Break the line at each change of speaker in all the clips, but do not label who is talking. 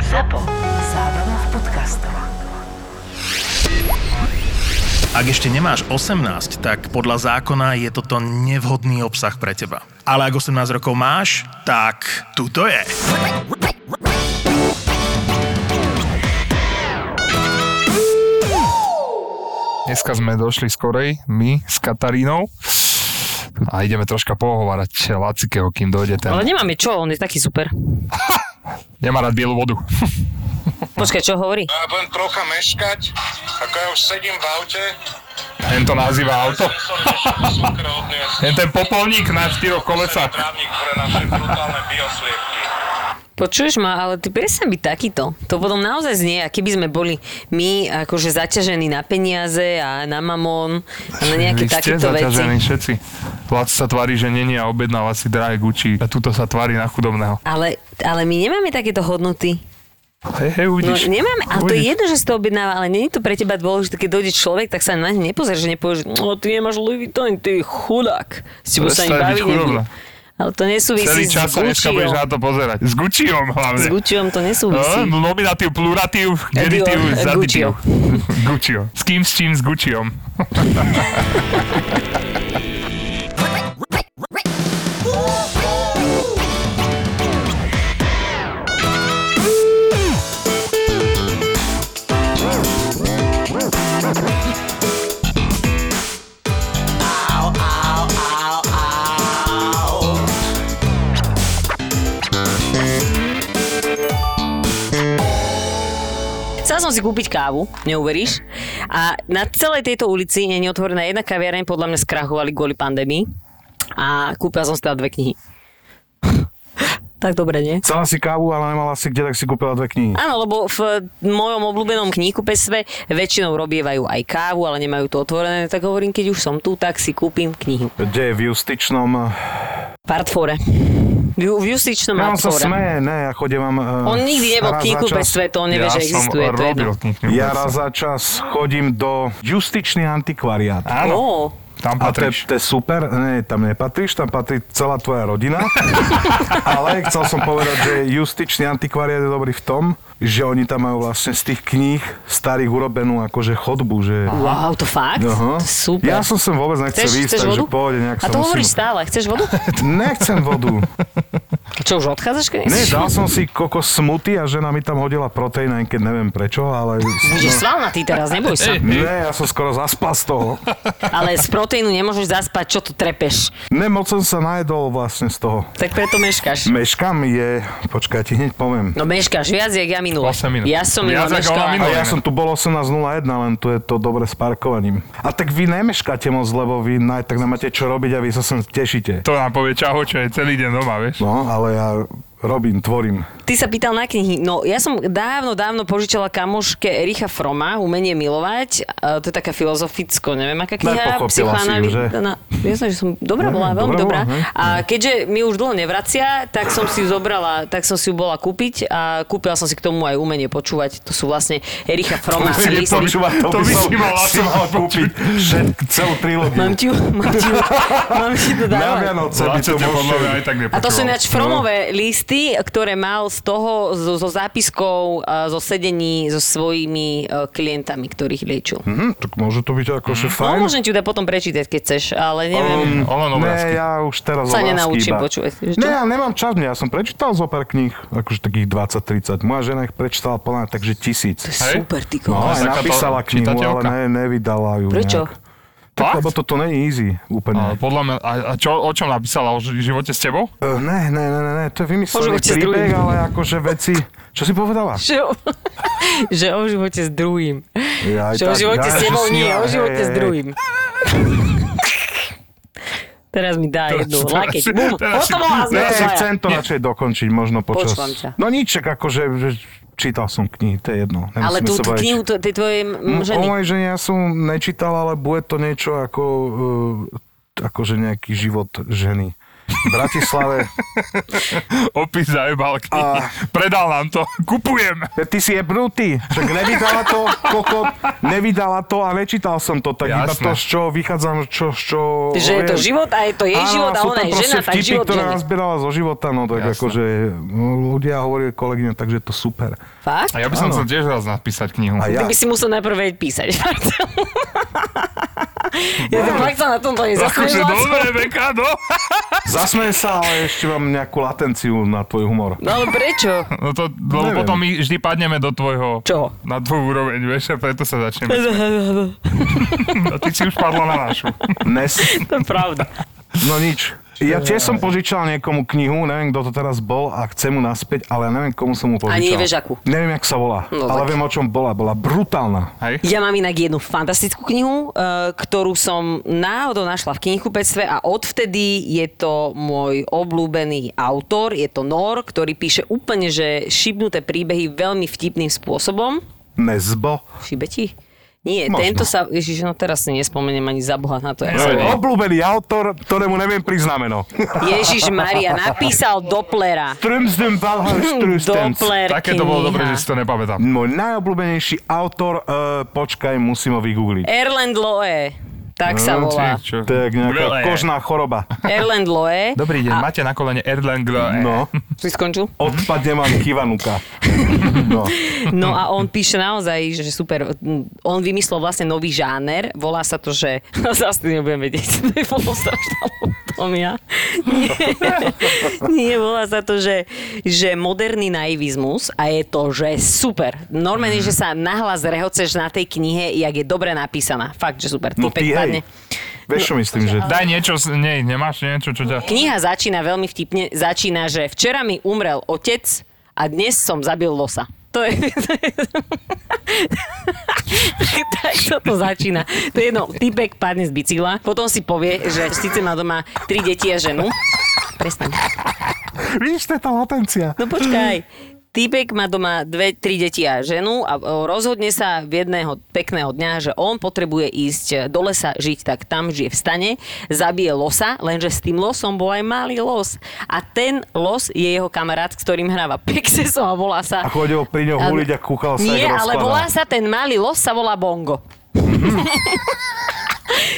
ZAPO. Zábrná v podcastov.
Ak ešte nemáš 18, tak podľa zákona je toto nevhodný obsah pre teba. Ale ak 18 rokov máš, tak tu to je.
Dneska sme došli skorej, my s Katarínou. A ideme troška pohovárať Lacikeho, kým dojde ten.
Ale nemáme čo, on je taký super.
Nemá rád bielu vodu.
Počkaj, čo hovorí?
Ja No budem trocha meškať, ako ja už sedím v aute.
Ten to nazýva auto.
Som došiel do súkromného odniesť.
Ten ten popolník na štyroch kolesách.
Trávnik pre naše brutálne biosliepky.
Počuješ ma, ale ty presne byť takýto. To potom naozaj znie, a keby sme boli my akože zaťažení na peniaze a na mamon a na nejaké
Vy ste
takéto
zaťažení
veci.
všetci. Lac sa tvári, že není a objednáva si drahé Gucci. A tuto sa tvári na chudobného.
Ale, ale my nemáme takéto hodnoty.
Hej, hej,
No
uvidíš.
nemáme, ale to je
Uvidíš.
jedno, že si to objednáva, ale není to pre teba dôležité, keď dojde človek, tak sa na ne nepozeráš, že nepovieš, no ty nemáš Louis Vuitton, ty chudák. S tebou sa
Prestaň
ani
byť
baviť nebudem.
chudobná.
Ale to nesúvisí
Celý
s
čas sa dneska budeš
Gucciom.
na to pozerať. S Gucciom hlavne.
S Gucciom to nesúvisí.
No, nominatív, pluratív,
Adior,
genitív,
eh,
zaditív. Guccio. S kým, s čím, s Gucciom.
Chcela som si kúpiť kávu, neuveríš. A na celej tejto ulici nie je otvorená jedna kaviareň, podľa mňa skrachovali kvôli pandémii. A kúpila som si teda dve knihy. tak dobre, nie?
Chcela si kávu, ale nemala si kde, tak si kúpila dve knihy.
Áno, lebo v mojom obľúbenom kníhkupectve väčšinou robievajú aj kávu, ale nemajú to otvorené, tak hovorím, keď už som tu, tak si kúpim knihu.
Kde je v justičnom...
Partfore. V, ju- v justičnom
Ja on sa
Partfore.
smeje, ne, ja chodím vám...
On nikdy nebol v kníhkupectve, to on nevie,
ja
že existuje,
som
to je jedno.
robil knihu.
Ja raz za čas chodím do justičný antikvariát.
Áno,
Ó,
tam
A to je-
patríš.
to je super, ne, tam nepatríš, tam patrí celá tvoja rodina. Ale chcel som povedať, že justičný antikvariát je dobrý v tom, že oni tam majú vlastne z tých kníh starých urobenú akože chodbu, že...
wow, to fakt? To
Aha.
je super.
Ja som sem vôbec nechcel
chceš,
ísť,
chceš
takže
vodu?
pohode, nejak
A
sa
to
musím-
hovoríš stále, chceš vodu?
Nechcem vodu.
Čo, už odchádzaš, keď
Ne,
nechceš
dal som si kokos smuty a žena mi tam hodila proteína, aj keď neviem prečo, ale...
Budeš svalnatý teraz, neboj
Hm?
sa.
Ne, ja som skoro zaspal z toho.
Ale z proteínu nemôžeš zaspať, čo tu trepeš.
Ne, moc som sa najedol vlastne z toho.
Tak preto meškáš.
Meškam je... Počkaj, ja ti hneď poviem.
No meškáš viac, jak ja minule.
Vlastne
8 minút.
Ja som minule
Viac, ako ona
meškala.
minule.
A ja som tu bol 18.01, len tu je to dobre s parkovaním. A tak vy nemeškáte moc, lebo vy naj, tak nemáte čo robiť a vy sa sem tešíte.
To nám povie Čaho, čo je celý deň doma, vieš.
No, ale ja robím, tvorím.
Ty sa pýtal na knihy. No, ja som dávno, dávno požičala kamoške Ericha Froma, Umenie milovať. E, to je taká filozoficko, neviem, aká kniha.
Nepochopila si ju,
psychoanalý-
že?
No, ja som, že som dobrá
Ne,
bola, veľmi
dobrá
dobrá.
bola, hej.
A keďže mi už dlho nevracia, tak som si ju zobrala, tak som si ju bola kúpiť a kúpila som si k tomu aj umenie počúvať. To sú vlastne Ericha Froma.
To si
listy.
nepočúva, to by si mal asi
si mal kúpiť všetk, celú trilógiu.
Mám ti, ju- mám ti, ju- mám ti to dávať.
Na Vianoce by
Zlace
to
ťa podľa mňa
mohlo
aj tak
A to sú
nepočúval.
ináč fromové listy, ktoré mal z toho, zo, zo zápiskou, e, zo sedení so svojimi e, klientami, ktorých liečil.
Hm, tak môže to byť akože fajn.
No môžem ti ju dať potom prečítať, keď chceš, ale neviem.
Um,
Mm, Olan
Ne,
obrázky.
ja už teraz
Sa
obrázky
nenaučím
iba.
počúvať, vieš čo?
Ne, ja nemám čas, ja som prečítal zo pár kníh, akože takých 20-30. Moja žena ich prečítala plná, takže tisíc.
To je
Hej.
super, ty
No,
no.
aj
takáto
napísala knihu, ale
čitateľka.
ne, nevydala ju
Prečo?
Nejak. Tak,
Fakt?
lebo toto není easy
Ale
úplne.
No, podľa mňa, a, a čo, o čom napísala? O ži- živote s tebou?
Uh, ne, ne, ne, ne, ne, to je vymyslený
Poživote s
príbeh,
druhým.
ale akože veci... Čo si povedala?
Že, o- že o živote s druhým.
Ja, aj
Že o
tak,
živote s
ja, že
tebou nie,
snila,
o
hej,
živote
hej,
s
hej.
druhým. Teraz mi dá jednu
teraz
lakeť.
si-
Bum,
teraz si-
hotovo a
Ne,
sme
si
dvaja.
chcem to radšej dokončiť, možno počas...
Počúvam ťa.
No nič, tak akože že čítal som knihy, to je jedno.
Ale
nemusíme
tú,
sa
tú
baviť.
knihu t- tej tvojej m-
No,
ženy.
O mojej žene ja som e, nečítal, ale bude to niečo ako, uh, akože nejaký život ženy. v Bratislave.
Opis zajebal knihy.
A-
Predal nám to. Kupujem.
Ja, Ty si jebnutý, však nevydala to, kokot, nevydala to a nečítal som to, tak iba
Jasné.
to, z čoho vychádzam, čo, z čoho...
Že je to
viem.
život a je to jej
Áno,
život a
sú
ona
tam
je
proste
žena, tak
vtipy,
život
ktoré
ženy.
nazbierala zo života, no tak
Jasné.
akože no, ľudia hovorili kolegyne, takže je to super.
Fakt?
A ja by som
Áno.
chcel tiež raz napísať knihu.
A
Ty
ja,
by si musel najprv vedieť písať. fakt. ja to fakt sa na tomto
Akože
nezasmiela.
dobre, Beka, no.
zasmej sa, ale ešte mám nejakú latenciu na tvoj humor.
No ale prečo?
No to, lebo
Neviem.
potom my vždy padneme do tvojho...
Čoho?
Na tvoju úroveň, vieš, a preto sa začneme. A ty si už padla na našu.
Dnes,
to je pravda.
no nič. Ja tiež som požičal niekomu knihu, neviem, kto to teraz bol a chcem mu naspäť, ale neviem, komu som mu požičal.
Ani nevieš, akú.
Neviem, jak sa volá,
No
ale
tak.
viem, o čom bola. Bola brutálna.
Hej?
Ja mám inak jednu fantastickú knihu, e, ktorú som náhodou našla v knihkupectve a odvtedy je to môj obľúbený autor, je to Nor, ktorý píše úplne, že šibnuté príbehy veľmi vtipným spôsobom.
Nezbo.
Šibeti? Nie,
Možno.
tento sa, ježiš, no teraz si nespomeniem ani za boha na to, jak sa
Neviem.
volá.
Obľúbený autor, ktorému neviem priznámeno.
Ježiš Maria, napísal Doplera.
Strömsden Valhallströmstens.
Dopler
Také to bolo dobré, že
kniha.
si to nepamätám.
Môj najobľúbenejší autor, e, počkaj, musím ho vygoogliť.
Erland Loe, tak sa
No,
volá.
či- čo?
To je nejaká
Brle.
kožná choroba.
Erland Loe.
Dobrý deň, máte na kolene Erlang
No,
Si skončil?
odpadne vám kivanuka. No.
No a on píše naozaj, že že super. On vymyslel vlastne nový žáner. Volá sa to, že... Zase nebudem vedieť. To je bolo strašná lobotomia. Nie. Nie, volá sa to, že, že moderný naivizmus a je to, že super. Normálne, že sa nahlas rehoceš na tej knihe, jak je dobre napísaná. Fakt, že super.
No
Typek
ty,
padne.
hej. Vieš, čo myslím, že...
Daj niečo, s- nie, nemáš niečo, čo ťa...
Kniha začína veľmi vtipne. Začína, že včera mi umrel otec a dnes som zabil losa. To je... tak toto začína. To je jedno, typek padne z bicykla, potom si povie, že síce má doma tri deti a ženu. Prestaň.
Víš, to je tá latencia.
No počkaj. Týpek má doma dve, tri deti a ženu a o, rozhodne sa v jedného pekného dňa, že on potrebuje ísť e, do lesa žiť, tak tam žije v stane, zabije losa, lenže s tým losom bol aj malý los. A ten los je jeho kamarát, s ktorým hráva pexeso a volá sa...
A chodil pri ňom huliť a kúkal sa,
Nie,
jak
ale
rozkladá.
volá sa ten malý los, sa volá Bongo.
Mhm.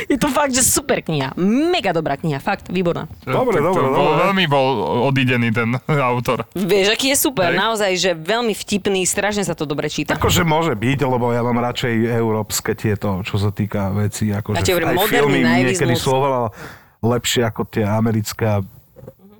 je to fakt, že super kniha. Mega dobrá kniha, fakt, výborná.
Dobre,
Tak to
dobre,
bol,
dobre.
Veľmi bol odidený ten autor.
Vieš, aký je super,
Hej.
naozaj, že veľmi vtipný, strašne sa to dobre číta.
Akože môže byť, lebo ja mám radšej európske tieto, čo sa týka vecí.
Ja
Akože
ti hovorím,
aj
moderný
filmy niekedy
naivizmus.
sú oveľa lepšie ako tie americké. a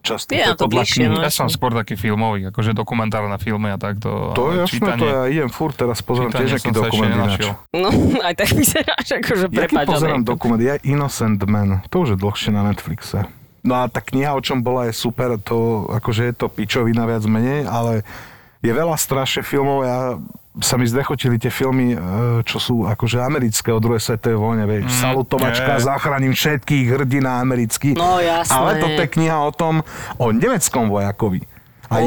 Často
Je na to
podľa
bližšie,
kníh.
no.
Ja som skôr taký filmový, akože dokumentár na filme a takto.
To
ale
je jasné, to ja idem furt teraz pozerám
čítanie
tiež nejaký
som sa ešte
dokument ináč.
nenašiel.
No, aj tak vyzeráš akože
Jaký pozerám
prepáčaný.
dokument? Ja Innocent Man, to už je dlhšie na Netflixe. No a tá kniha, o čom bola, je super, to akože je to pičovina viac menej, ale je veľa strašne filmov, ja sa mi zdechotili tie filmy, e, čo sú akože americké o druhej svetovej vojne, vieš, mm, salutovačka,
je.
zachránim všetkých hrdina amerických.
No, jasné.
Ale toto je kniha o tom, o nemeckom vojakovi a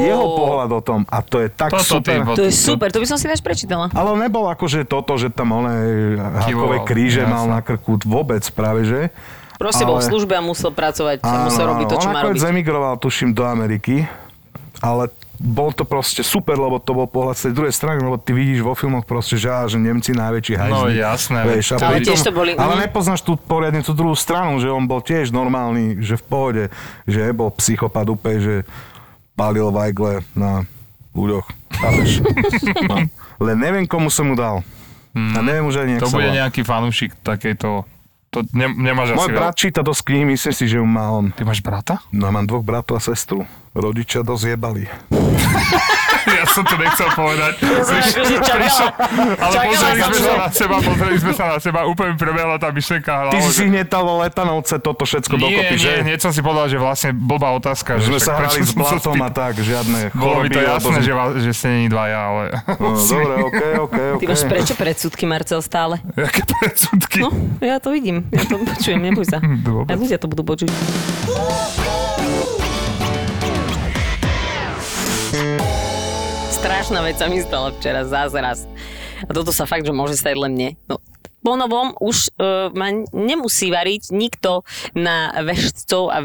Ó.
jeho pohľad o tom. A to je tak
Toto ty,
super.
bo-
To je super, to by som si než prečítala.
Ale on nebol akože toto, že tam oné
Kivoval,
hakové kríže mal
jasné.
na krku vôbec práve, že?
Proste bol v
Ale-
službe a musel pracovať, musel robiť to, čo
on
má
nakoniec
robiť.
zemigroval, tuším, do Ameriky, ale bol to proste super, lebo to bol pohľad z tej druhej strany, lebo ty vidíš vo filmoch proste, že, á, že Nemci najväčší hajzli.
No, jasné,
Vieš,
to-
a
Ale
pritom,
tiež to boli-
ale
mhm.
nepoznáš tú poriadne tú druhú stranu, že on bol tiež normálny, že v pohode, že bol psychopat úplne, že palil vajgle na ľuďoch. Chápeš? No. Len neviem, komu som mu dal. A neviem už ani, jak
Mhm. To
sa
bude
volá.
nejaký fanúšik takejto... To ne, nemáš
Môj
asi
brat číta dosť knihy, myslím si, že ju má on.
Ty máš brata?
No mám dvoch bratov a sestru. Rodičia dosť jebali.
ja som to nechcel povedať.
som
Priš-
akože čakala.
prišlo- ale
Čakala
pozreli
som
sme sa
to.
na seba, pozreli sme sa na seba, úplne prebehla tá myšlenka. hlavou,
Ty si si
že-
hnetal vo letanovce toto všetko
nie,
dokopy, že?
nie, hneď som si povedal, že vlastne blbá otázka.
Že sme
však
sa
prečo
hrali s
som sa
blatom a
spýtal.
tak, žiadne
Bolo mi to
choroby, alebo
jasné,
sme-
že, vás- že ste není dvaja, ale...
No, dobre, okej, okej,
Ty máš
okej.
prečo predsudky, Marcel, stále?
Jaké predsudky.
No, ja to vidím, ja to počujem, neboj sa.
Dobre.
Aj ľudia to budú počuť. Strašná vec sa mi stala včera, zázraz. A toto sa fakt, že môže stať len mne. No, po novom už e, ma nemusí variť nikto na veštcov a,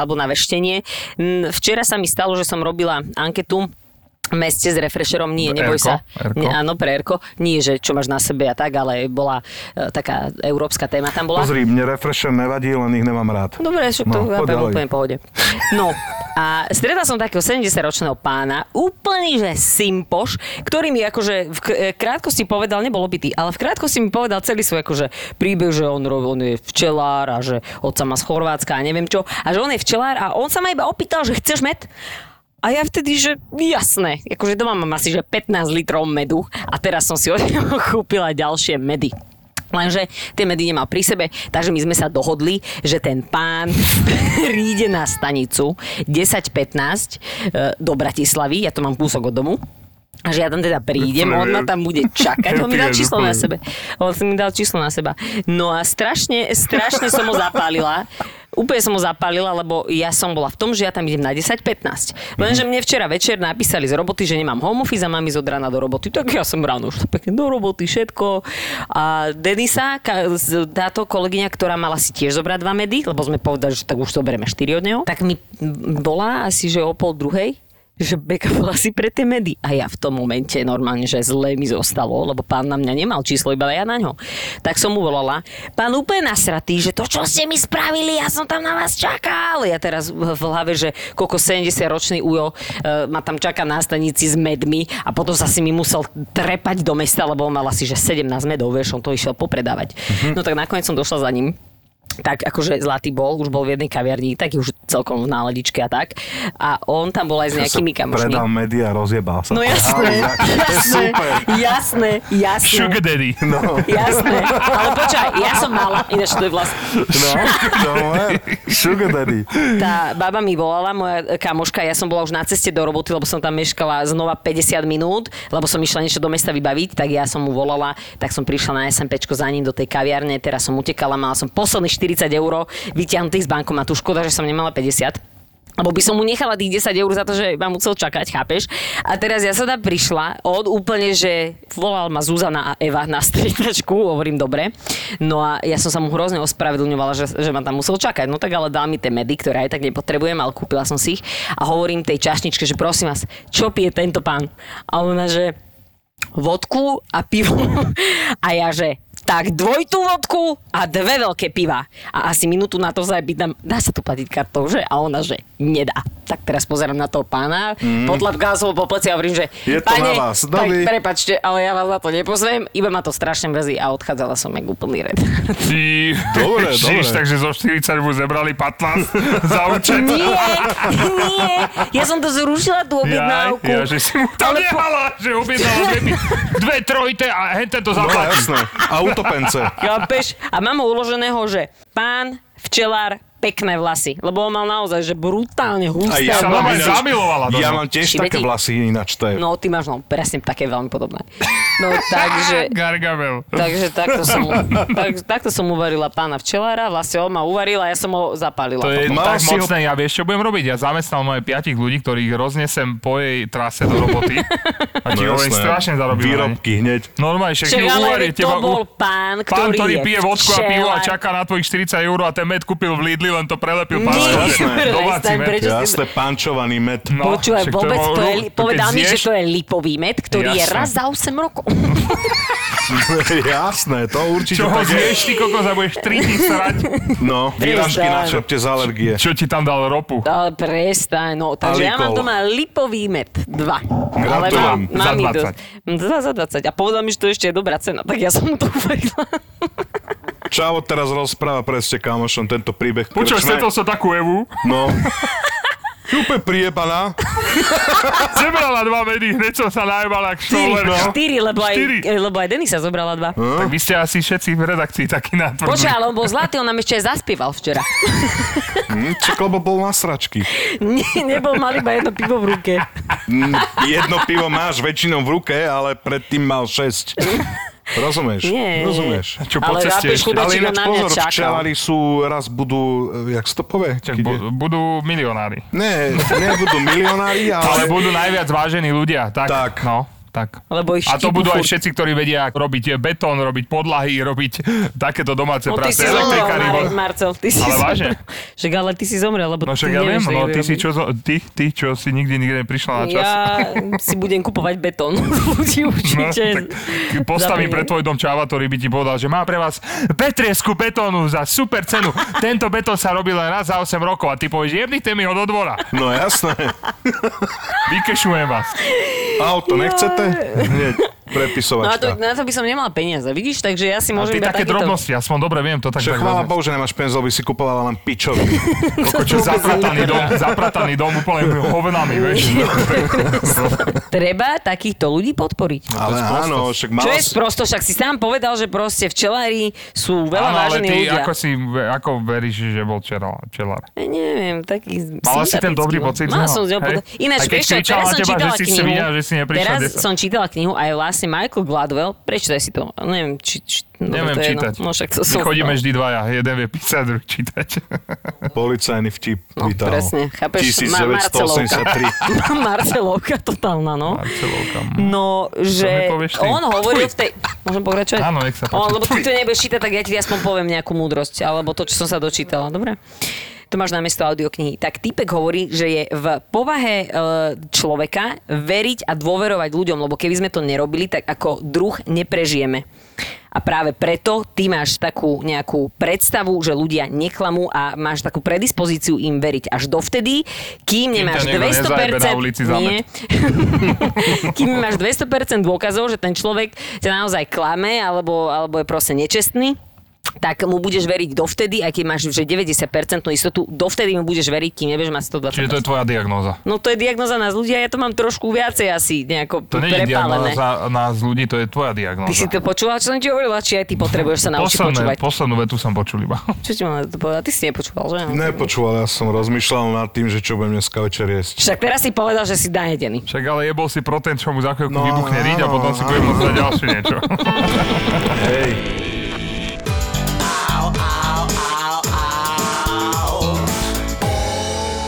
alebo na veštenie. N- Včera sa mi stalo, že som robila anketu v meste s refresherom, nie, neboj
Erko,
sa.
Erko.
Nie, áno, pre Erko. Nie, že čo máš na sebe a tak, ale bola e, taká európska téma tam bola.
Pozri, mne refresher nevadí, len ich nemám rád.
Dobre, však to
No,
no,
poď ďalej.
úplne v pohode. No a stretla som takého 70-ročného pána, úplný že simpoš, ktorý mi akože v k- e, krátkosti povedal, nebol opitý, ale v krátkosti mi povedal celý svoj akože príbeh, že on, rob- on je včelár a že otca má z Chorvátska a neviem čo, a že on je včelár a on sa ma iba opýtal, že chceš med? A ja vtedy, že jasné, akože doma mám asi že 15 litrov medu a teraz som si od neho kúpila ďalšie medy. Lenže tie medy nemal pri sebe, takže my sme sa dohodli, že ten pán príde na stanicu 10.15 e, do Bratislavy, ja to mám kúsok od domu, a že ja tam teda prídem,
Úplne
on ma
viem.
tam bude čakať, on mi dal
Úplne,
číslo na
úplne.
sebe. On si mi dal číslo na seba. No a strašne, strašne som ho zapálila. Úplne som ho zapálila, lebo ja som bola v tom, že ja tam idem na 10.15. Lenže mne včera večer napísali z roboty, že nemám home office a mám ísť od rána do roboty. Tak ja som ráno už pekne do roboty, všetko. A Denisa, ka- z- táto kolegyňa, ktorá mala si tiež zobrať dva medy, lebo sme povedali, že tak už to bereme 4 od neho, tak mi m, bola asi, že o pol druhej že Beka bola si pre tie medy. A ja v tom momente normálne, že zle mi zostalo, lebo pán na mňa nemal číslo, iba ja na ňo. Tak som mu volala, pán úplne nasratý, že to, čo ste mi spravili, ja som tam na vás čakal. Ja teraz v v hlave, že koľko 70-ročný ujo e, ma tam čaká na stanici s medmi a potom sa si mi musel trepať do mesta, lebo on mal asi, že 17 medov, vieš, on to išiel popredávať. No tak nakoniec som došla za ním tak akože zlatý bol, už bol v jednej kaviarni, taký už celkom v náladičke a tak. A on tam bol aj s nejakými
Ja som
kamošmi.
Predal media a rozjebal sa.
No jasné, jasné, jasné, jasné.
Sugar daddy.
No,
Jasné, ale počkaj, ja som mala, ináč to je vlastne.
no, no, eh, sugar daddy.
Tá baba mi volala, moja kamoška, ja som bola už na ceste do roboty, lebo som tam meškala znova 50 minút, lebo som išla niečo do mesta vybaviť, tak ja som mu volala, tak som prišla na SMPčko za ním do tej kaviarne, teraz som utekala, mala som posledných 40 eur vyťahnutých z bankomatu, škoda, že som nemala 50. Lebo by som mu nechala tých 10 eur za to, že ma musel čakať, chápeš? A teraz ja sa tam prišla, on úplne, že volal ma Zuzana a Eva na striedačku, hovorím dobre. No a ja som sa mu hrozne ospravedlňovala, že, že ma tam musel čakať. No tak ale dal mi tie medy, ktoré aj tak nepotrebujem, ale kúpila som si ich. A hovorím tej čašničke, že prosím vás, čo pije tento pán? A ona, že vodku a pivo. A ja že tak dvojitú vodku a dve veľké piva. A asi minútu na to sa aj pýtam, dá sa tu platiť kartou, že? A ona, že nedá. Tak teraz pozerám na toho pána, mm. potlapkám som ho po pleci a hovorím, že
Je to
pane,
na vás,
tak
dobrý."
prepačte, ale ja vás na to nepozvem, iba ma to strašne mrzí a odchádzala som jak úplný red.
Ty,
Dobre,
Žiž,
dobre.
takže zo 40 mu zebrali 15 za účet.
nie, nie, ja som to zrušila tú
Ja,
objednávku.
ja, že si mu tam
Ale po-
nehala, že objednala dve, dve trojte a henten to
No
zaplatí.
jasné. A utopence.
Chápeš? A mám ho uloženého, že pán včelár pekné vlasy. Lebo on mal naozaj, že brutálne husté.
ja sa mám
vlasy.
aj zamilovala do neho.
Ja mám tiež
Šibeti.
také vlasy ináč, to je.
No, ty máš, no, presne také veľmi podobné. No, takže... No.
Gargamel.
Takže takto som, tak, takto som uvarila pána včelára, vlastne on ma uvarila, ja som ho zapálila.
To je
Mal
tak
si ho-
mocné, ja vieš, čo budem robiť? Ja zamestnal moje piatich ľudí, ktorých roznesem po jej trase do roboty. A ti hovorím, strašne zarobím.
No, Výrobky hneď.
Normálne, však
Však
mi
ale
uvarí
to
teba. u-
bol pán,
Pán,
ktorý,
ktorý
je
pije vodku a pivo a
včelár.
čaká na tvojich 40 eur a ten med kúpil v Lidli, len to prelepil pán.
Nie,
Jasné.
Domáci
prestaň,
med.
prečo si to-
Jasné, pančovaný med.
No,
Počúvaj,
však to je
vôbec to je,
ru-
li- povedal
keď
mi, že
zješ-
to je lipový med, ktorý je
Jasné.
raz za 8 rokov.
Jasné, to určite
Čo ho
tak je.
zješ, ty kokos, a budeš 3 dní srať.
No, výražky
Prestaň.
na črte z alergie.
Čo ti tam dal ropu?
Ale prestaň, no. Takže ja mám
Alikol.
doma lipový med. Dva.
Gratulujem.
Ale mám, mám
Za
ich dosť. Dva za 20. A povedal mi, že to ešte je dobrá cena, tak ja som mu to uverila.
Čavo teraz rozpráva presne kamošom tento príbeh.
Počúvaj,
krčme.
stretol som takú Evu,
No. Úplne priebaná.
zebrala dva medy, hneď som sa najebala k
Štyri,
šoulere.
štyri, lebo
no.
aj, Eh?
Štyri.
lebo aj Denisa zobrala dva.
Tak vy ste asi všetci v redakcii takí nátvrdní.
Počkaj, ale on bol zlatý, on nám ešte aj zaspieval včera.
Hm, čak, lebo bol na sračky.
Nie, nebol, mal iba jedno pivo v ruke.
Hm, Jedno pivo máš väčšinou v ruke, ale predtým mal 6. Rozumieš?
Nie.
Rozumieš?
Čo po
ale
ceste
chápeš,
ešte?
chudáčik,
Ale
on
ináč
na mňa
pozor,
čakal.
včelári sú, raz budú, e, jak sa to povie?
Tak
Keď je-
bu- budú milionári.
Ne, nebudú milionári,
Ale
ale...
budú najviac vážení ľudia. Tak,
Tak.
no. Tak.
Lebo ich
A to
štipú
budú aj
furt.
všetci, ktorí vedia robiť betón, robiť podlahy, robiť takéto domáce
No ty
práce.
si zomrel,
elektrikári,
Marek,
vo-
Marcel, ty si
Ale vážne?
zomrel. Však ale ty si zomrel, lebo
No
ty
však ja viem,
nevieš,
no ty si, čo,
čo
zo- ty, ty, čo si nikdy nikde neprišla na čas.
Ja si budem kupovať betón. Ľudí
No,
určite.
tak postavím
Za
pre tvoj dom čáva, ktorý by ti povedal, že má pre vás petriesku betónu za super cenu. Tento betón sa robí len raz za 8 rokov a ty povieš, jebnite mi ho do dvora.
No jasné.
Vykešujem vás.
Auto nechcete? Hneď
No a to,
prepisovačka.
na to by som nemala peniaze, vidíš? Takže ja si
A
môžem
ty
iba
také
takéto...
drobnosti, aspoň dobre viem to tak.
Však
tak
chvála
vezmeš.
Bohu, že nemáš penzo, by si kupovala len pičovi.
Kokočo, zaprataný dom, zaprataný dom úplne hovnami, vieš.
Treba takýchto ľudí podporiť.
Ale áno, však
No,
Čo
mala
je
si...
prosto, však si sám povedal, že proste včelári sú veľa
Áno, ale
vážení
ty
ľudia.
ako, si, ako veríš, že bol včera, včelár?
Ja Neviem, taký
Mala si
sympatický
ten dobrý
bol.
pocit z
Mala
neho,
som z neho
hej?
pocit. Ináč,
A keď
vieš čo,
kričal
teraz
na
som
teba, že
čítala
si si
knihu.
videla, že si neprišiel
teraz
desať.
som čítala knihu aj vlastne Michael Gladwell. Prečítaj si to. Neviem, či, či, no,
Neviem
to je jedno.
čítať.
No, však to
My
som...
chodíme vždy dvaja, jeden vie písať, druhý čítať.
Policajný vtip no, vytáhol.
presne, chápeš? Ma- Marcelovka.
1983.
Marcelovka totálna, no.
Marcelovka, no.
No, že
mi povieš ty?
on hovoril v tej... Môžem pokračovať?
Áno, nech sa páči.
On, lebo ty
Fuj.
to nebudeš čítať, tak ja ti aspoň poviem nejakú múdrosť, alebo to, čo som sa dočítala. Dobre? To máš namiesto audioknihy. Tak typek hovorí, že je v povahe e, človeka veriť a dôverovať ľuďom, lebo keby sme to nerobili, tak ako druh neprežijeme. A práve preto ty máš takú nejakú predstavu, že ľudia neklamú a máš takú predispozíciu im veriť až dovtedy, kým nemáš
niekto nezajebe
200%...
na ulici za
nie, kým máš 200% dôkazov, že ten človek ťa naozaj klame alebo, alebo je proste nečestný, tak mu budeš veriť dovtedy, aj keď máš že 90% istotu, dovtedy mu budeš veriť, kým nebudeš mať 120%.
Čiže to je tvoja diagnóza.
No to je diagnoza nás ľudia, ja to mám trošku viacej asi nejako
To nie je
prepálené.
diagnóza nás ľudí, to je tvoja
Ty si
diagnóza.
to počúval, čo som ti hovorila, či aj ty potrebuješ sa naučiť
Posledné,
počúvať.
poslednú vetu som počul iba.
Čo ti mám na to povedať? Ty si nepočúval, že?
Nepočúval, ja som rozmýšľal nad tým, že čo budem dneska večer jesť.
Však teraz si povedal, že si najedený.
Však ale jebol si pro ten, čo mu za chvíľku
No,
vybuchne riť a
áno,
potom si
áno.
bude môcť dať ďalšie niečo.
Hej,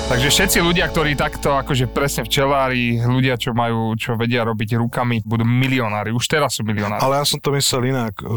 Takže všetci ľudia, ktorí takto, akože presne včelári, ľudia, čo majú, čo vedia robiť rukami, budú milionári. Už teraz sú milionári.
ale ja som to myslel inak e,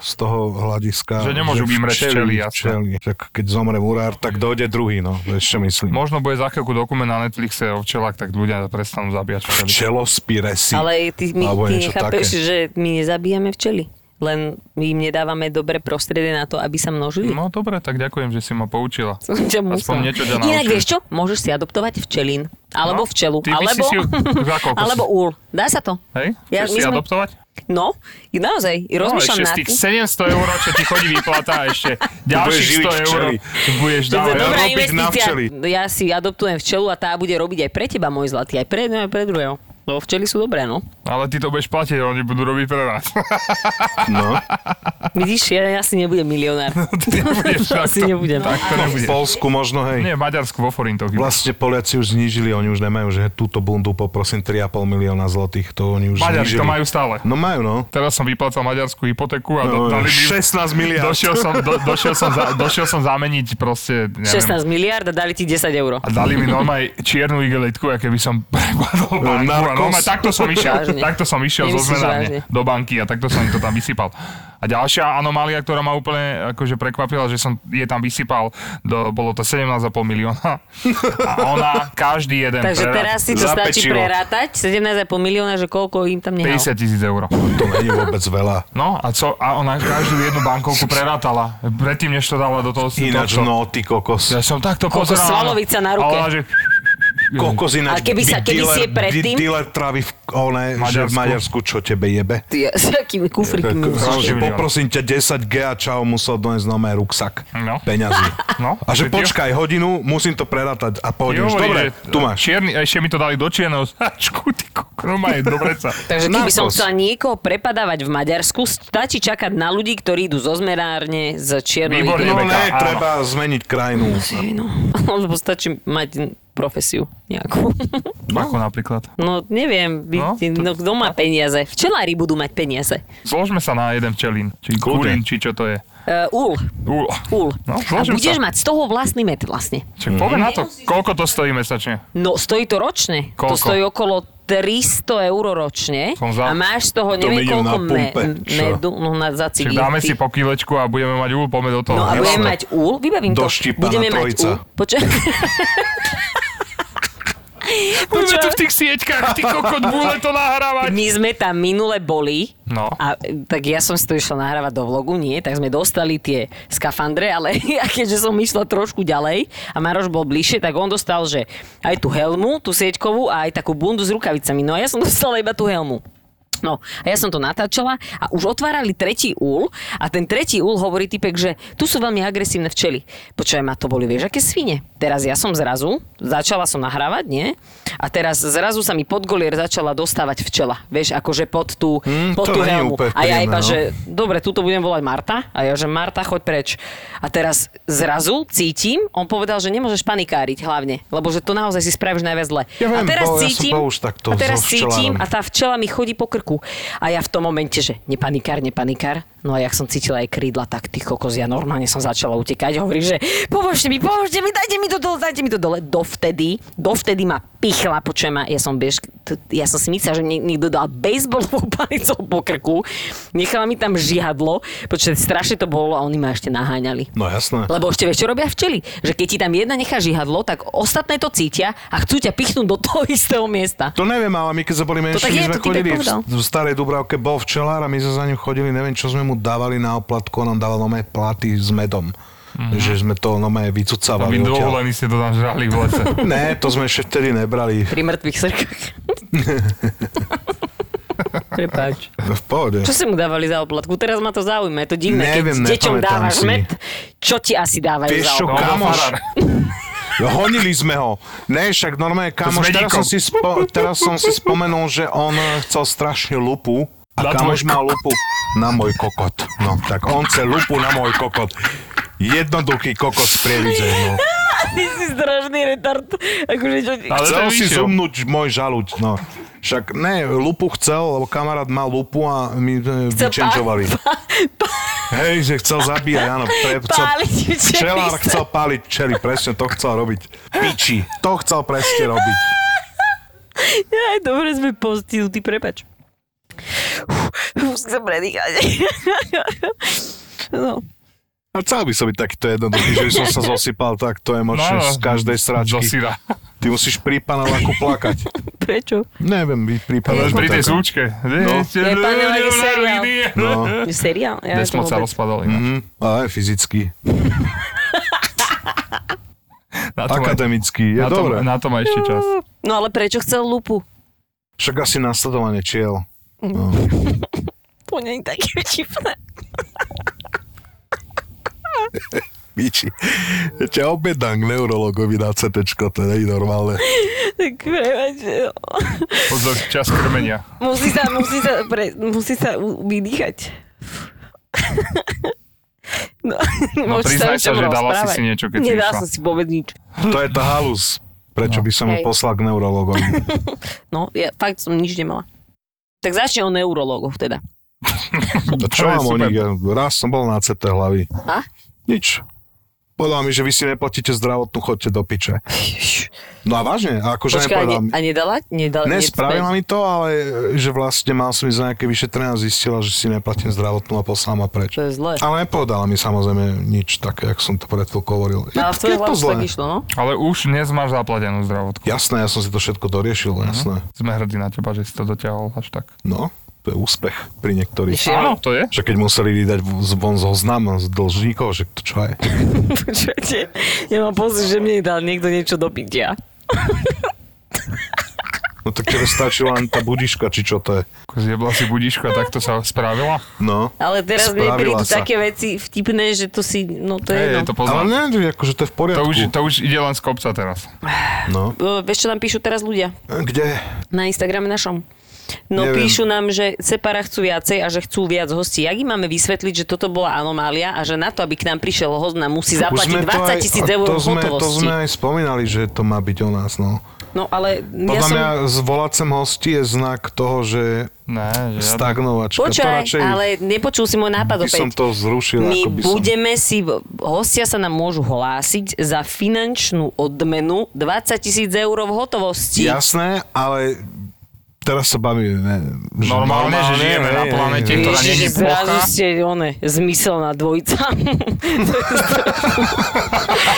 z toho hľadiska.
Že nemôžu vymrieť včely, jasné.
včeli. Tak keď zomre murár, tak dojde druhý, no. Vieš, čo myslím?
Možno bude za chvíľku dokument na Netflixe o včelách, tak ľudia prestanú zabíjať včely.
Čelospiresy.
Ale ty, my,
Alebo
ty
niečo
nechápeš,
také.
že my nezabíjame včely. Len my im nedávame dobré prostredie na to, aby sa množili.
No dobre, tak ďakujem, že si ma poučila.
Som ťa musela.
niečo ťa
Inak
naučili.
vieš čo? Môžeš si adoptovať včelín. Alebo
No,
včelu.
ty by si
alebo,
si ju- za koľko?
alebo úl. Dá sa to?
Hej? Chceš
Ja-
si
my sme-
adoptovať?
No, i naozaj. i Rozmýšľam
ešte z
nad
tých
tým.
700 eur, čo ti chodí výplata a ešte
budeš
ďalších
živiť
100 eur
včely.
budeš
To je
dávať.
dobrá
robiť na
investícia.
včely.
Ja si adoptujem včelu a tá bude robiť aj pre teba, môj zlatý. Aj pre jedného, aj pre druhého. No, včely sú dobré, no.
Ale ty to budeš platiť, oni budú robiť pre nás.
No.
Vidíš, ja, ja si nebudem milionár.
No, Ty nebudeš
Asi
takto.
nebudem.
Tak to
V
nebude.
Polsku možno, hej.
Nie, v Maďarsku vo forintoch. iba.
Vlastne Poliaci už znížili, oni už nemajú, že túto bundu poprosím 3,5 milióna zlotých, to oni už
Maďari
znížili.
to majú stále.
No majú, no.
Teraz som vyplácal maďarskú hypotéku a
No,
do, dali mi...
16 miliard.
Došiel som, do, došiel, som za, došiel som zameniť proste, neviem,
16 miliard a dali ti 10 eur.
A dali mi normálne čiernu igelitku, aké by som prepadol banku. A
No, narkos.
normálne takto som išiel,
Vážne.
takto som išiel zo
Nemyslíš vážne?
zmenárne do banky a takto som im to tam vysypal. A ďalšia anomália, ktorá ma úplne akože prekvapila, že som je tam vysypal, do, bolo to 17,5 milióna. A ona, každý jeden
Takže
prerá-
teraz si to stačí
zapečilo.
prerátať. 17,5 milióna, že koľko im tam nehal.
50 tisíc eur.
To nie je vôbec veľa.
No a, co, a ona každú jednu bankovku prerátala. Predtým, než to dala do toho...
Ináč,
tohto.
no, ty kokos.
Ja som takto pozeral.
Koľko
na-
slalovica na
a
ruke.
ona, že,
Kokos ináč.
Ale keby sa-
di-
keby si je
dealer-
predtým-
di- Dealer travy v, one, že v
Maďarsku.
Maďarsku, čo tebe jebe.
Ty, s akými
Tak,
kufrikmi
no,
musíš?
že
Milión.
poprosím ťa 10 G a čau, musel doniesť nome ruksak.
No.
Peňazí.
No.
A že
Ty-
počkaj hodinu, musím to prerátať a
Ti
povedíš,
hovorí,
dobre,
že
tu máš.
Čierny, a ešte mi to dali do čierneho sáčku, ty kokroma je, dobre sa.
Takže keby som
Narkos.
chcela niekoho prepadávať v Maďarsku, stačí čakať na ľudí, ktorí idú zo zmerárne z čiernej
Výborne.
No
igle.
ne,
Áno.
treba zmeniť krajinu.
Ej, No, lebo stačí mať profesiu nejakú.
Ako napríklad.
No neviem,
No,
no,
to-
no, kto má peniaze? Včelári budú mať peniaze.
Zložme sa na jeden včelín, či
Kľudne.
kurín, či čo to je.
Uh, úl,
Ú,
úl.
No,
a
zložím
budeš
sa.
mať z toho vlastný met vlastne.
Čak, mm. na to, koľko to stojí mesačne?
No, stojí to ročne. To
Koľko?
stojí okolo 3 300 eur ročne
Som za.
a máš z toho
To
neviem
vidím
koľko
na
me-
pumpe, čo?
medu no, na, za
Čiže
cigy.
dáme
Ty-
si pokýlečku a budeme mať úl, poďme do toho.
No a
Jasné.
budeme mať úl, vybavím to.
Doštípaná
Budeme mať
trojica.
úl. Počkaj.
Budeme tu v tých sieťkach, ty kokot, bude to nahrávať.
My sme tam minule boli
No.
a e, tak ja som si to išla nahrávať do vlogu, nie, tak sme dostali tie skafandre, ale ja keďže som išla trošku ďalej a Maroš bol bližšie, tak on dostal, že aj tú helmu, tú sieťkovú a aj takú bundu s rukavicami. No a ja som dostala iba tú helmu. No a ja som to natáčala a už otvárali tretí úl a ten tretí úl hovorí typek, že tu sú veľmi agresívne včely. Počujem, ma to boli, vieš, aké svine. Teraz ja som zrazu, začala som nahrávať, nie? A teraz zrazu sa mi pod golier začala dostávať včela. Vieš, akože pod tú,
Mm,
pod
to
tú
nie je
helmu.
úplne
A ja
príjemné,
iba,
no.
že dobre, tuto budem volať Marta. A ja, že Marta, choď preč. A teraz zrazu cítim, on povedal, že nemôžeš panikáriť hlavne, lebo že to naozaj si spravíš najviac zle.
Ja
a
viem,
teraz
bol- ja som
cítim,
bol už takto
a teraz
so
cítim,
včelárom.
a tá včela mi chodí po krku. A ja v tom momente, že nepanikár, nepanikár. No a jak som cítila aj krídla, tak ty kokos, ja normálne som začala utekať. Hovorí, že pomôžte mi, pomôžte mi, dajte mi to dole, dajte mi to dole. Dovtedy, dovtedy ma pichla, počujem ma, ja som bež, t- ja som si myslela, že mi niekto dal bejsbolovou palicou po krku. Nechala mi tam žihadlo, počujem, strašne to bolo a oni ma ešte naháňali.
No jasné.
Lebo ešte vieš, čo robia včely? Že keď ti tam jedna nechá žihadlo, tak ostatné to cítia a chcú ťa pichnúť do toho istého miesta.
To neviem, ale my keď sme boli menší,
tak
my
je,
sme
to ty
chodili
tak
v,
povedal.
v starej Dubravke, bol včelár a my sme za ním chodili, neviem, čo sme mu dávali na oplatku, on nám dával nové platy s medom. Mm-hmm. Že sme to nové
A
vycucávali.
vy
odtiaľ.
dovolení ste to tam žrali v lese. No,
Ne, to sme ešte vtedy nebrali.
Pri mŕtvych srkách. Prepáč.
No, V pohode.
Čo si mu dávali za oplatku? Teraz ma to zaujíma, je to divné.
Neviem,
Keď deťom
nepamätám
dávaš
si.
med, čo ti asi dávajú
Vieš
za
čo,
oplatku?
kamoš?
farár.
No, Honili sme ho. Ne, však normálne kamoš.
medíkom.
Teraz som, si spo, teraz som si spomenul, že on eh, chcel strašne lupu. A
Na
kamoš
tvoj
má lupu na môj kokot. No, tak on chce lupu na môj kokot. Jednoduchý kokot z prievidze. No.
Ty si strašný retard. Akože čo ti...
Ale to
Chcel si
vyšiel.
zumnúť môj žalúď, no. Však ne, lupu chcel, lebo kamarát mal lupu a my e, vyčenčovali.
pá- pá-
Hej, že chcel zabíjať, áno. Pre, chcel,
Páliť včely.
Včelár chcel páliť včely, presne to chcel robiť. Piči, to chcel presne robiť.
Aj dobre sme postihnutí, prepač. Uf, Musím sa predýchať. No.
A chcel by som byť takýto jednoduchý, že by som sa zosypal, tak to je možné
No,
z každej
Do
sračky.
syra.
Ty musíš pri paneláku plakať.
Prečo?
Neviem, vy pri paneláku
Pri tej
taká-
súčke.
Je panelák seriál.
No,
Je seriál? Ja
Dnes
to
moc sa
vôbec-
rozpadol ináč.
hm, ale fyzicky,
Na to ma-
akademicky, je
na to-
dobré.
Na to má ešte čas.
No ale prečo chcel lupu?
Však asi nasledovanie čiel.
To nie je také vtipné.
Biči, ťa objednám k neurologovi na CT, to nie je normálne.
Tak prepač. no.
Pozor, čas krmenia.
Musí sa, musí sa, pre, musí sa u- vydýchať. No,
No
môžeš
priznaj
o čom
sa, že dala si
rozprávať.
si niečo, keď si
Nedala
išla.
som si vôbec nič.
To je tá halus. Prečo no. by som ho
Hej.
poslal k neurologovi?
No, ja fakt som nič nemala. Tak začne o neurológoch teda.
A čo
To je
mám o
super.
nich? Ja Raz som bol na CT hlavy.
A?
Nič. Povedal mi, že vy si neplatíte zdravotnú, chodte do piče. No a vážne, a akože
Počkaj, a, ne,
nepovedal mi.
a nedala? nedala
Nespravila mi to, ale že vlastne mal som ísť na nejaké vyšetrenie a zistila, že si neplatím zdravotnú a poslala ma preč.
To je zlé.
Ale nepovedala mi samozrejme nič také, jak som to pred chvíľkou hovoril. Je,
Ale No, v tvojej
je to
hlavu to
zlé.
tak išlo, no?
Ale už dnes máš zaplatenú zdravotku.
Jasné, ja som si to všetko doriešil,
Mhm.
jasné.
Sme hrdí na teba, že si to dotiahol až tak.
No, to je úspech pri niektorých.
Ešte- Áno,
to je.
Že keď museli vydať z- von zoznam z dlžníkov, že to čo je.
Počujete? Ja mám pocit, že mne dal niekto niečo do pitia.
No tak tebe stačí len tá budiška, či čo to je.
Zjebla si budišku a takto sa spravila.
No.
Ale teraz mi
Spravila
prídu
sa.
také veci vtipné, že to si, no to je
Hej,
jedno.
to
Ale
poznám.
ne, akože to je v
To
poriadku.
už, to už ide len z kopca teraz.
No.
E, Vieš, čo tam píšu teraz ľudia?
Kde?
Na Instagrame našom. No
Neviem.
píšu nám, že separa chcú viacej a že chcú viac hostí. Jak im máme vysvetliť, že toto bola anomália a že na to, aby k nám prišiel host, nám musí zaplatiť 20 tisíc eur
to sme, to
hotovosti.
sme aj spomínali, že to má byť o nás, no.
No ale ja
Podľa
som...
mňa zvolať sem hosti je znak toho, že
Ne, že ja...
stagnovačka. to
Počkaj,
radšej
ale nepočul si môj nápad
by
opäť.
som to zrušil,
My
ako by som...
budeme si, hostia sa nám môžu hlásiť za finančnú odmenu 20 tisíc eur v hotovosti.
Jasné, ale Teraz sa bavíme. ne, že-
Normálne, že žijeme
hej,
na
hej,
planete,
hej.
ktorá
Ježiš,
není
zrazu
plochá.
ste, one, zmyselná dvojica.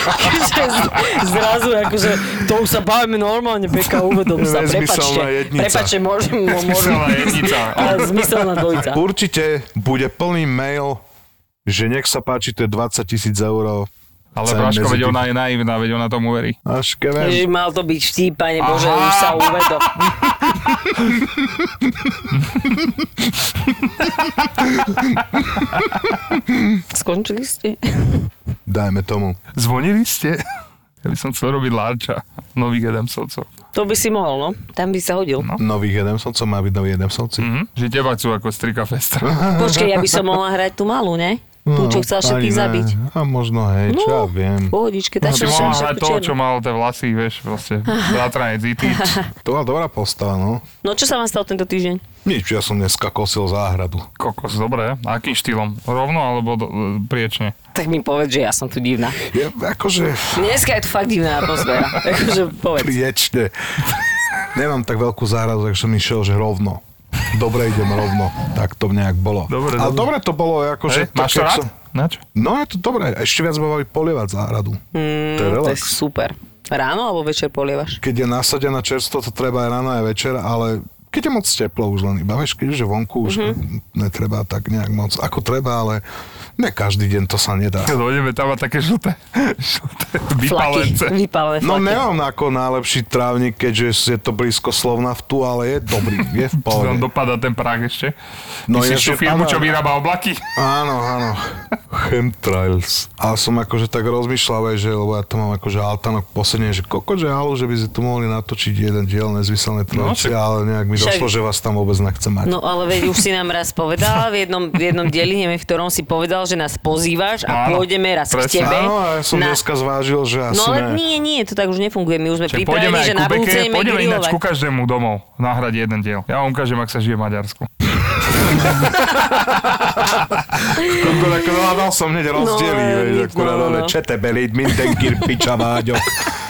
To je strašné. zrazu, akože, to už sa bavíme normálne, Beka, uvedom sa,
Nezmyselná
prepačte.
jednica.
Prepačte, môžem, mo- môžem.
Zmyselná jednica.
Ale zmyselná dvojica.
Určite bude plný mail, že nech sa páči, to je 20 tisíc eur.
Ale
Cen
Braško,
medzi
veď
tým.
ona je naivná, veď ona tomu verí.
Až kevem.
Ježiš, mal to byť vtip, pane Bože, už sa uvedom. Skončili ste?
Dajme tomu.
Zvonili ste? Ja by som chcel robiť larča nových Edemsovcov.
To by si mohol, no. Tam by sa hodil.
Nových jedemsovcov má byť noví jedemsovci. Mm.
Hm? Že teba chcú ako strika festa.
Počkej, ja by som mohla hrať tú malú, ne? Tú, čo chcela všetkých zabiť. No,
No, A možno, hej, čo ja viem. No,
Pohodičke, tá
Ty
čo
mohla
som
hrať
všetko
toho, čo
čierno.
mal tie vlasy, vieš, proste bratranec Itič.
To bola dobrá postava, no.
No čo sa vám stalo tento týždeň?
Nič, ja som dneska kosil záhradu.
Kokos, dobre. Akým štýlom? Rovno alebo do, priečne?
Tak mi povedz, že ja som tu divná.
Je, akože
Dneska je tu fakt divná atmosféra. Akože povedz.
priečne. Nemám tak veľkú záhradu, tak som išiel, že rovno. Dobre, idem rovno. Tak to nejak bolo.
Dobre,
Ale
dobre.
dobre to bolo, akože...
Hej, máš to
keď
rád?
som-
Na čo?
No je to dobré, ešte viac ma baví polievať záhradu. Mm, to je
To
relax.
je super. Ráno alebo večer polievaš?
Keď je nasadená čerstvo, to treba aj ráno aj večer, ale keď je moc teplo už len iba, vieš, keď už je vonku, už mm-hmm. netreba tak nejak moc, ako treba, ale ne každý deň to sa nedá.
Dojdeme tam a také žlté, žlté vypalence.
Vypalené
No
flaky.
nemám ako najlepší trávnik, keďže je to blízko Slovnaftu, ale je dobrý, je v
Čo tam
pohode.
dopadá ten prah ešte? No
No
Ty si tú
ešte
firmu,
padá.
čo vyrába oblaky?
Áno, áno. Chemtrails. Ale som akože tak rozmýšľal, aj, že lebo ja to mám akože altánok posledne, že koko, že halu, že by ste tu mohli natočiť jeden diel nezmyselné trojice,
No, však-
ale nejak mi
však-
došlo, že vás tam vôbec nechcem mať.
No ale veď už si nám raz povedala v jednom, v jednom dieli, neviem, v ktorom si povedal, že nás pozývaš a
Áno,
pôjdeme raz
presne.
k tebe.
Áno, a ja som
na...
dneska zvážil, že asi
No ale
ne.
nie, nie, to tak už nefunguje. My už sme
Čiže
pripravení, že na budúce ideme
poďme ináč
grilovať.
ku každému domov nahrať jeden diel. Ja vám ukážem, ak sa žije v Maďarsku.
Koľko tak hľadal som hneď rozdiely,
No,
vieš,
no,
akurát,
no,
ale
no.
čete belit, minden kirpiča váďok.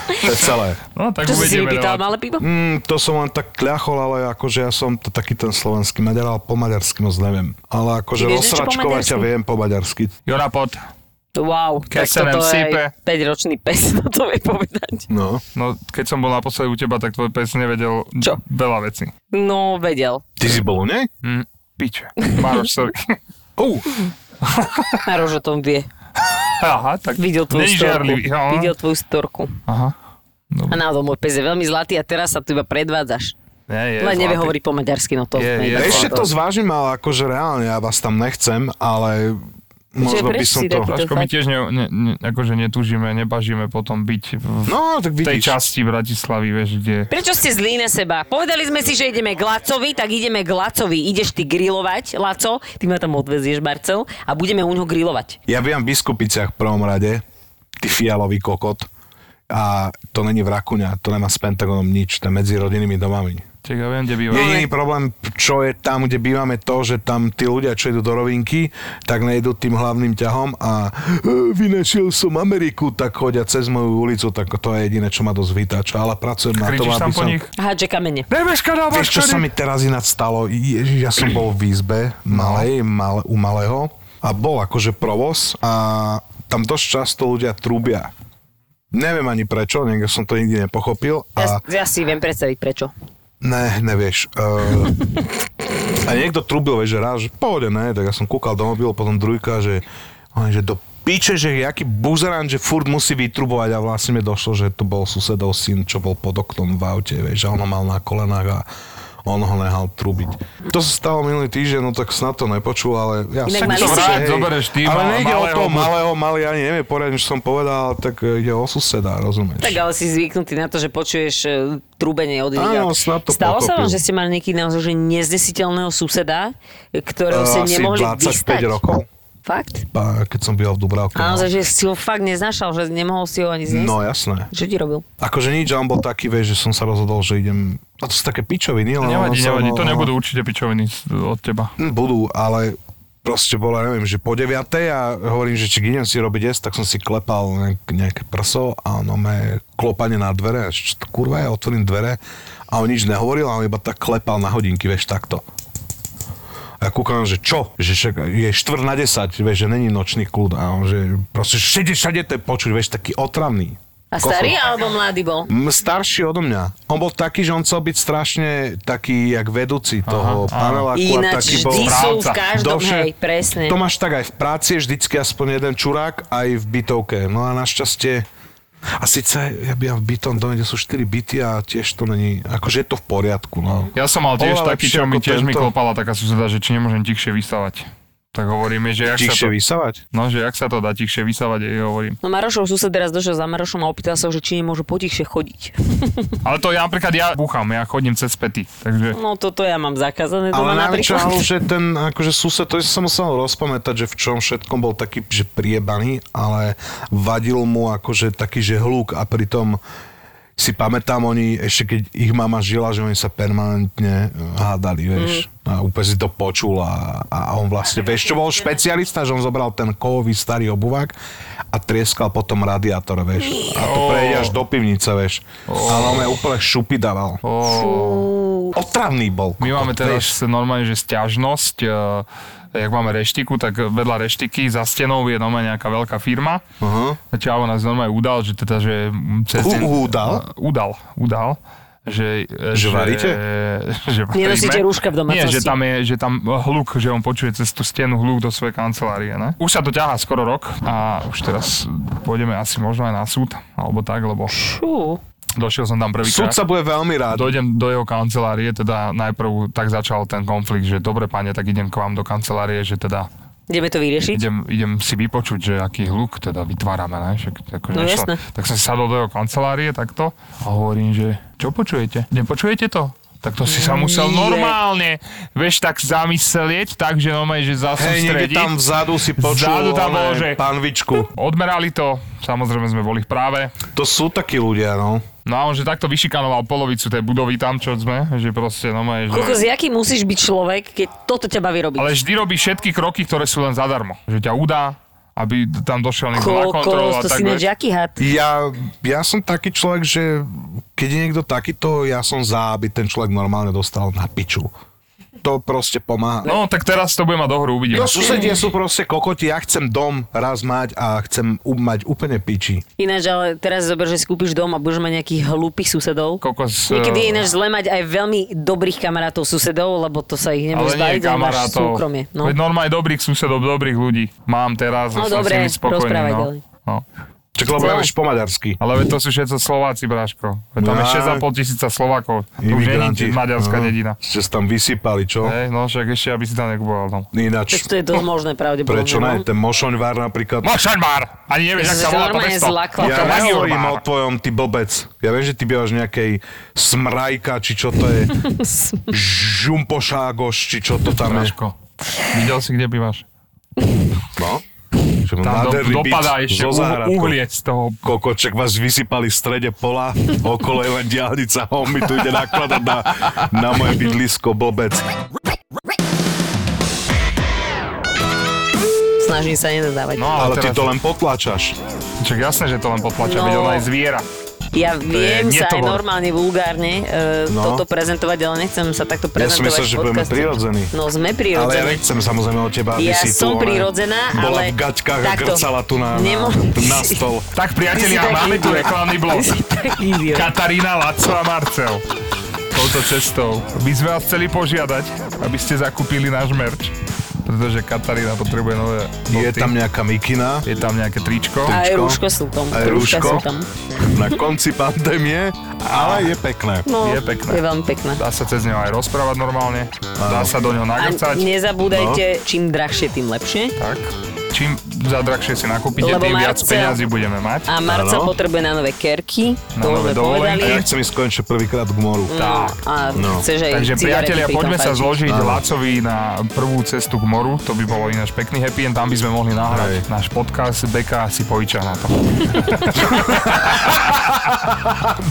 To je celé.
No tak
Čo si si
uvedieme.
vypýtal,
no.
malé pivo?
Mm, to som len tak kľachol, ale akože ja som to taký ten slovenský maďar, ale po maďarsky moc neviem. Ale akože
Ty vieš niečo po
rozsračkovať ťa
maďarsky?
viem po maďarsky.
Jura pod.
Wow, tak
sa nám
toto je
sype.
5-ročný pes, no to vie povedať.
No.
No keď som bol naposledy u teba, tak tvoj pes nevedel
Čo?
veľa vecí.
No, vedel.
Ty si bol u nej?
Mm, piče. Maroš, sorry.
Hm.
Uh,
A Rož o tom vie.
Aha, tak
Videl tvoju
není
storku.
žiarlivý. no. Aha.
Videl tvoju storku.
Aha.
A náhodou môj pes je veľmi zlatý a teraz sa tu iba predvádzaš.
Nie, je
Len nevie
zlatý.
hovoriť po maďarsky, no to...
Je, je
nejde.
ešte to zvážim, ale akože reálne ja vás tam nechcem, ale možno by
prečo
som
si
to...
taký?
Ažko, my tiež ne, ne, ne, akože netužíme, nebažíme potom byť v
No, tak
tej
vidíš.
časti Bratislavy, vieš, kde...
Prečo ste zlí na seba? Povedali sme si, že ideme k Lacovi, tak ideme k Lacovi. Ideš ty grilovať, Laco, ty ma tam odvezieš, Marcel, a budeme u ňoho grilovať.
Ja viem v Biskupiciach v prvom rade, ty fialový kokot, a to není Vrakuňa, to nemá s Pentagonom nič, to je medzi rodinnými domami.
Čak, ja viem, kde býva.
Jediný problém, čo je tam, kde bývame, to, že tam tí ľudia, čo idú do rovinky, tak nejdú tým hlavným ťahom a "E, vynašiel som Ameriku, tak chodia cez moju ulicu, tak to je jediné, čo ma dosť vytáča, ale pracujem na tom,
Kričíš
aby
tam po
som...
nich?
Hádže kamene.
Nebeška dávaš
Vieš, čo sa mi teraz ináč stalo? Ježiš, ja som bol v izbe malej, male, u malého a bol akože provoz a tam dosť často ľudia trúbia. Neviem ani prečo, niekde som to nikdy nepochopil
Ja,
a
ja si viem predstaviť prečo.
ne, nevieš. Uh, a niekto trúbil, vieš, že raz, že v pohode, ne, tak ja som kúkal do mobilu, potom druhýka, že, oni, že do piče, že jaký buzeran, že furt musí vytrubovať a vlastne mi došlo, že to bol susedov syn, čo bol pod oknom v aute, vieš, a ono mal na kolenách a on ho nehal trubiť. To sa stalo minulý týždeň, no tak snad to nepočul, ale ja
Inak
som
mali
myslel,
ste-
že
Vrať, zoberieš ty,
ale
mal-
nejde o
malého
to
bu-
malého, malý, ani neviem poriadne, čo som povedal, tak e, ide o suseda, rozumieš?
Tak ale si zvyknutý na to, že počuješ e, trúbenie od
Áno, snad to
Stalo sa vám, že
pochopil.
ste mali nejaký naozaj že neznesiteľného suseda, ktorého
E,
ste
asi
nemohli
25
vystať?
rokov.
Fakt?
Pa, keď som býval v Dubravke.
A
no.
naozaj, že si ho fakt neznašal, že nemohol si ho ani zniesť?
No jasné.
Čo ti robil?
Akože nič, on bol taký, vieš, že som sa rozhodol, že idem... A to sú také pičoviny, no, ale...
Nevadí,
ono sa-
nevadí, to
ono-
nebudú určite pičoviny z- od teba.
Mm, Budú, ale proste bolo, ja neviem, že po 9. a hovorím, že či idem si robiť jesť, tak som si klepal nejak, nejaké prso a ono me klopanie na dvere, až čo to kurva, ja otvorím dvere a A on nič nehovoril, a on iba tak klepal na hodinky, vieš, takto. A ja kúkam, že čo? Že však je štvrt na 10, vieš, že není nočný kľud. A on že proste všade, všade to je počuť, vieš, taký otravný.
A starý
Kokot.
alebo mladý bol?
M, starší odo mňa. On bol taký, že on chcel byť strašne taký, jak vedúci toho paneláku. a taký
Ináč
bol...
vždy sú v
správca.
každom,
Dovše-
hej, presne.
To máš tak aj v práci, je vždycky aspoň jeden čurák, aj v bytovke. No a našťastie a síce ja bývam v bytom dome, kde sú 4 byty a tiež to není, akože je to v poriadku, no.
Ja som mal tiež
Oveľa
taký,
lepšie
čo mi
ako
tiež mi
tento.
klopala taká suseda, že či nemôžem tichšie vysávať. Tak hovoríme, že jak sa
Tichšie
to...
vysávať?
No, že jak sa to dá tichšie vysávať, jej hovorím.
No Marošov sused teraz došiel za Marošom a opýtal sa ho, že či nemôžu potichšie chodiť.
Ale to ja napríklad, ja búcham, ja chodím cez pety, takže...
No toto ja mám zakázané doma
Ale najväčšia
napríklad.
halu, že ten akože sused, to som sa musel rozpamätať, že v čom všetkom bol taký, že priebaný, ale vadil mu akože taký, že hluk a pritom si pamätám, oni ešte keď ich mama žila, že oni sa permanentne eh, hádali, vieš. A úplne si to počul a, a on vlastne, vieš, čo bol špecialista, že on zobral ten kovový starý obuvák a trieskal potom radiátor, vieš. A to
Oh.
prejde až do pivnice, vieš. Ale on je úplne šupy dával. Otravný bol.
Oh. My máme
kokot, vieš.
teraz normálne, že stiažnosť, eh, jak máme reštiku, tak vedľa reštiky za stenou je normálne nejaká veľká firma. Uh-huh. Čavo nás normálne udal, že teda, že mm, cez
U-
deň...
udal?
Eh, udal, udal. Že, eh,
Že varíte?
Že varíme.
Nenosíte rúška v domácnosti.
Nie, že tam, je, že tam hluk, že on počuje cez tú stenu hluk do svojej kancelárie. Ne? Už sa to ťahá skoro rok a už teraz pôjdeme asi možno aj na súd, alebo tak, lebo
Čú.
došiel som tam prvýkrát.
Sudca bude veľmi rád.
Dojdem do jeho kancelárie, teda najprv tak začal ten konflikt, že dobre pane, tak idem k vám do kancelárie, že teda
Ideme to vyriešiť?
idem, idem si vypočuť, že aký hluk teda vytvárame, ne? Však, ako,
No
nešlo.
jasné.
Tak som si sadol do jeho kancelárie takto a hovorím, že čo počujete? Nepočujete to? Tak to si sa musel
Mm, Nie.
normálne, vieš, tak zamyslieť, takže normálne, že
Hej, niekde
zasústrediť.
tam vzadu si počul
Vzadu tam bolo,
oné,
že-
panvičku.
Odmerali to, samozrejme sme boli v práve,
To sú takí ľudia, no.
No a on že takto vyšikanoval polovicu tej budovy tam, čo sme, že proste no moje, že...
Kokos, jaký musíš byť človek, keď toto ťa baví robiť?
Ale vždy robí všetky kroky, ktoré sú len zadarmo. Že ťa udá, aby tam došiel niekto na kontrolu a
to
tak
si neč
vieš.
jaký had.
Ja, ja som taký človek, že keď je niekto takýto, ja som za, aby ten človek normálne dostal na piču. To proste pomáha.
No, tak teraz to bude mať do hru, uvidíme.
No susedie sú proste kokoti, ja chcem dom raz mať a chcem u- mať úplne piči.
Ináč, ale teraz zober, že si kúpiš dom a budeš mať nejakých hlúpých susedov.
Kokos,
Niekedy je
eh,
ináč zle mať aj veľmi dobrých kamarátov susedov, lebo to sa ich
ale nie
nemôže zbaviť, ale máš
kamarátov.
súkromie. No.
Veď normálne dobrých susedov, dobrých ľudí. Mám teraz, a
No
som
dobre,
s nimi spokojný.
rozprávaj
no.
ďalej.
No.
Čak lebo ja vieš po maďarsky.
Ale veď to sú všetko Slováci, Bráško. Veď tam
No.
je 6,5 tisíca Slovákov. To už není
Imigranti. No.
maďarská
Aha.
dedina.
Ste sa tam vysypali, čo?
Hej, no však ešte, aby si tam nekupoval tam.
Tak
Ináč,
to je dosť možné, pravdepodobne.
prečo
no.
ne? Ten mošoňvár napríklad.
Mošaňmár! No, Ani nevieš, ak
Ja
sa volá
som
to
normálne
mesto.
zlakla.
Ja
To Magnior
nehovorím
má.
o tvojom, ty blbec. Ja viem, že ty bývaš v nejakej smrajka, či čo to je. Žumpošágoš, či čo to tam je.
Bráško, videl si, kde bývaš?
No. Že mám
Tam do,
nádherný byt
dopadá ešte
so
uh,
záhradkou.
uhlie z toho.
Kokoček vás vysypali v strede pola, okolo je len diálnica, on mi tu ide nakladať na, na moje bydlisko, blbec.
Snažím sa nenadávať.
No ale,
Ale ty
teraz,
to len potláčaš.
Čak jasné, že to len potlača,
No.
no. veď ona je zviera.
Ja viem sa aj
netovor.
normálne vulgárne e,
No.
toto prezentovať, ale nechcem sa takto
Ja
prezentovať
som myslel,
v
že budeme
podcaste.
prirodzení.
No sme
Ale ja
prirodzení.
nechcem samozrejme od teba, aby
Ja
si
som
tu, ona
prirodzená,
bola
ale
v gaťkách a
takto.
grcala tu na, na,
Nemo-
na stol.
Tak priatelia,
Ty si taký
máme tu
idiot.
reklamný blok. Katarína, Laco a Marcel. Touto cestou by sme vás chceli požiadať, aby ste zakúpili náš merch. Pretože Katarína potrebuje nové
Je
boty.
tam nejaká mikina.
je tam nejaké tričko.
Aj
tričko.
rúško sú tam.
Aj
rúška
rúško.
sú tam.
na konci pandémie, ale je pekné.
No,
Je pekné.
Je veľmi pekné.
Dá sa cez neho aj rozprávať normálne. Dá sa do neho
A
nagrcať. No.
nezabúdajte, čím drahšie, tým lepšie.
Tak. Čím za drahšie si nakúpite,
Lebo
tým viac
Marcel-
peňazí budeme mať.
A Marca
Áno.
potrebuje na nové kerky,
Na
to už
nové
sme
dovolenky.
povedali.
A ja chcem ísť konečne prvýkrát k moru.
Tak.
Mm, A
No.
chceš aj
Takže
cigarety
priatelia,
pri tom
poďme sa
fajčiť.
zložiť
Áno.
Lacovi na prvú cestu k moru, to by bolo ináč pekný happy end, tam by sme mohli nahrať
Hej.
náš podcast, Beka si pojiča na to.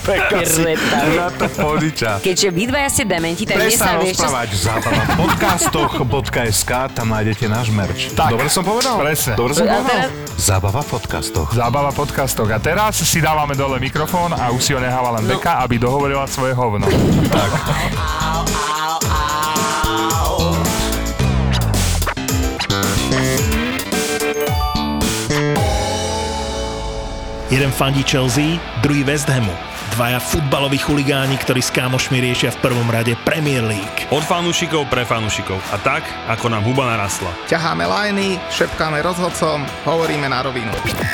Peka si
Kreta.
na to podiča.
Keďže vy dvaja ste dementi, tak mne sa
Prestaň
vieš, čo
rozprávať v zábava podcastoch.sk, tam nájdete náš merč.
Tak.
Dobre som povedal?
Presne Presne.
Dobre som
A
povedal?
teraz,
Zábava v podcastoch.
Zábava podcastok. A teraz si dávame dole mikrofón a už si ho necháva
No.
len Beka, aby dohovorila svoje hovno.
Jeden fandí Chelsea, druhý West Hamu. Dvaja futbaloví chuligáni, ktorí s kámošmi riešia v prvom rade Premier League.
Od fanúšikov pre fanúšikov. A tak, ako nám huba narastla.
Ťaháme lajny, šepkáme rozhodcom, hovoríme na rovinu.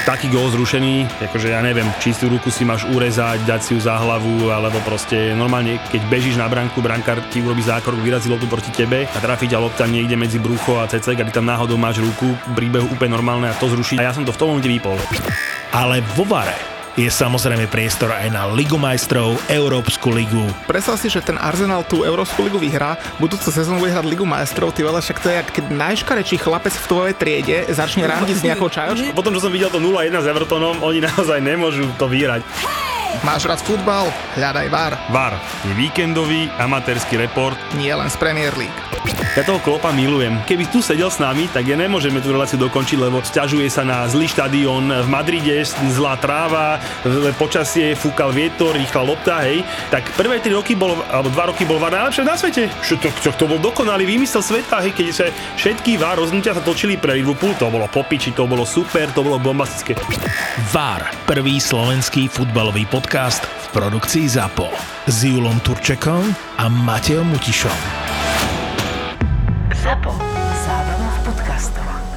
Taký gól zrušený, akože ja neviem, čistú ruku si máš urezať, dať si ju za hlavu, alebo proste normálne, keď bežíš na branku, brankár ti urobí zákrok, vyrazí loptu proti tebe a trafí ťa lopta niekde medzi brucho a cecek a ty tam náhodou máš ruku, príbehu úplne normálne a to zruší. A ja som to v tom momente vypol.
Ale vo Vare je samozrejme priestor aj na Ligu majstrov, Európsku ligu.
Predstav si, že ten Arsenal tú Európsku ligu vyhrá, budúcu sezónu bude hrať Ligu majstrov, ty vole, však to je, jak keď najškarečší chlapec v tvojej triede začne randiť s nejakou čajočkou.
Potom, čo som videl to 0-1 s Evertonom, oni naozaj nemôžu to vyhrať.
Máš rád futbal? Hľadaj VAR,
VAR je E, víkendový amatérsky report
nie len z Premier League.
Ja toho klopa milujem. Keby tu sedel s nami, tak ja nemôžeme tú reláciu dokončiť, lebo sťažuje sa na zlý štadión v Madride, zlá tráva, zlé počasie, fúkal vietor, rýchla lopta, hej. Tak prvé 3 roky bol, alebo 2 roky bol VAR najlepšie na svete. Čo to, čo, to bol dokonalý výmysel sveta, hej, keď sa všetky VAR rozhodnutia sa točili pre Liverpool, to bolo popiči, to bolo super, to bolo bombastické.
VAR, prvý slovenský futbalový podcast v produkcii ZAPO. S Julom Turčekom a Mateom Mutišom.
Zapo. Zábrná v podcastovách.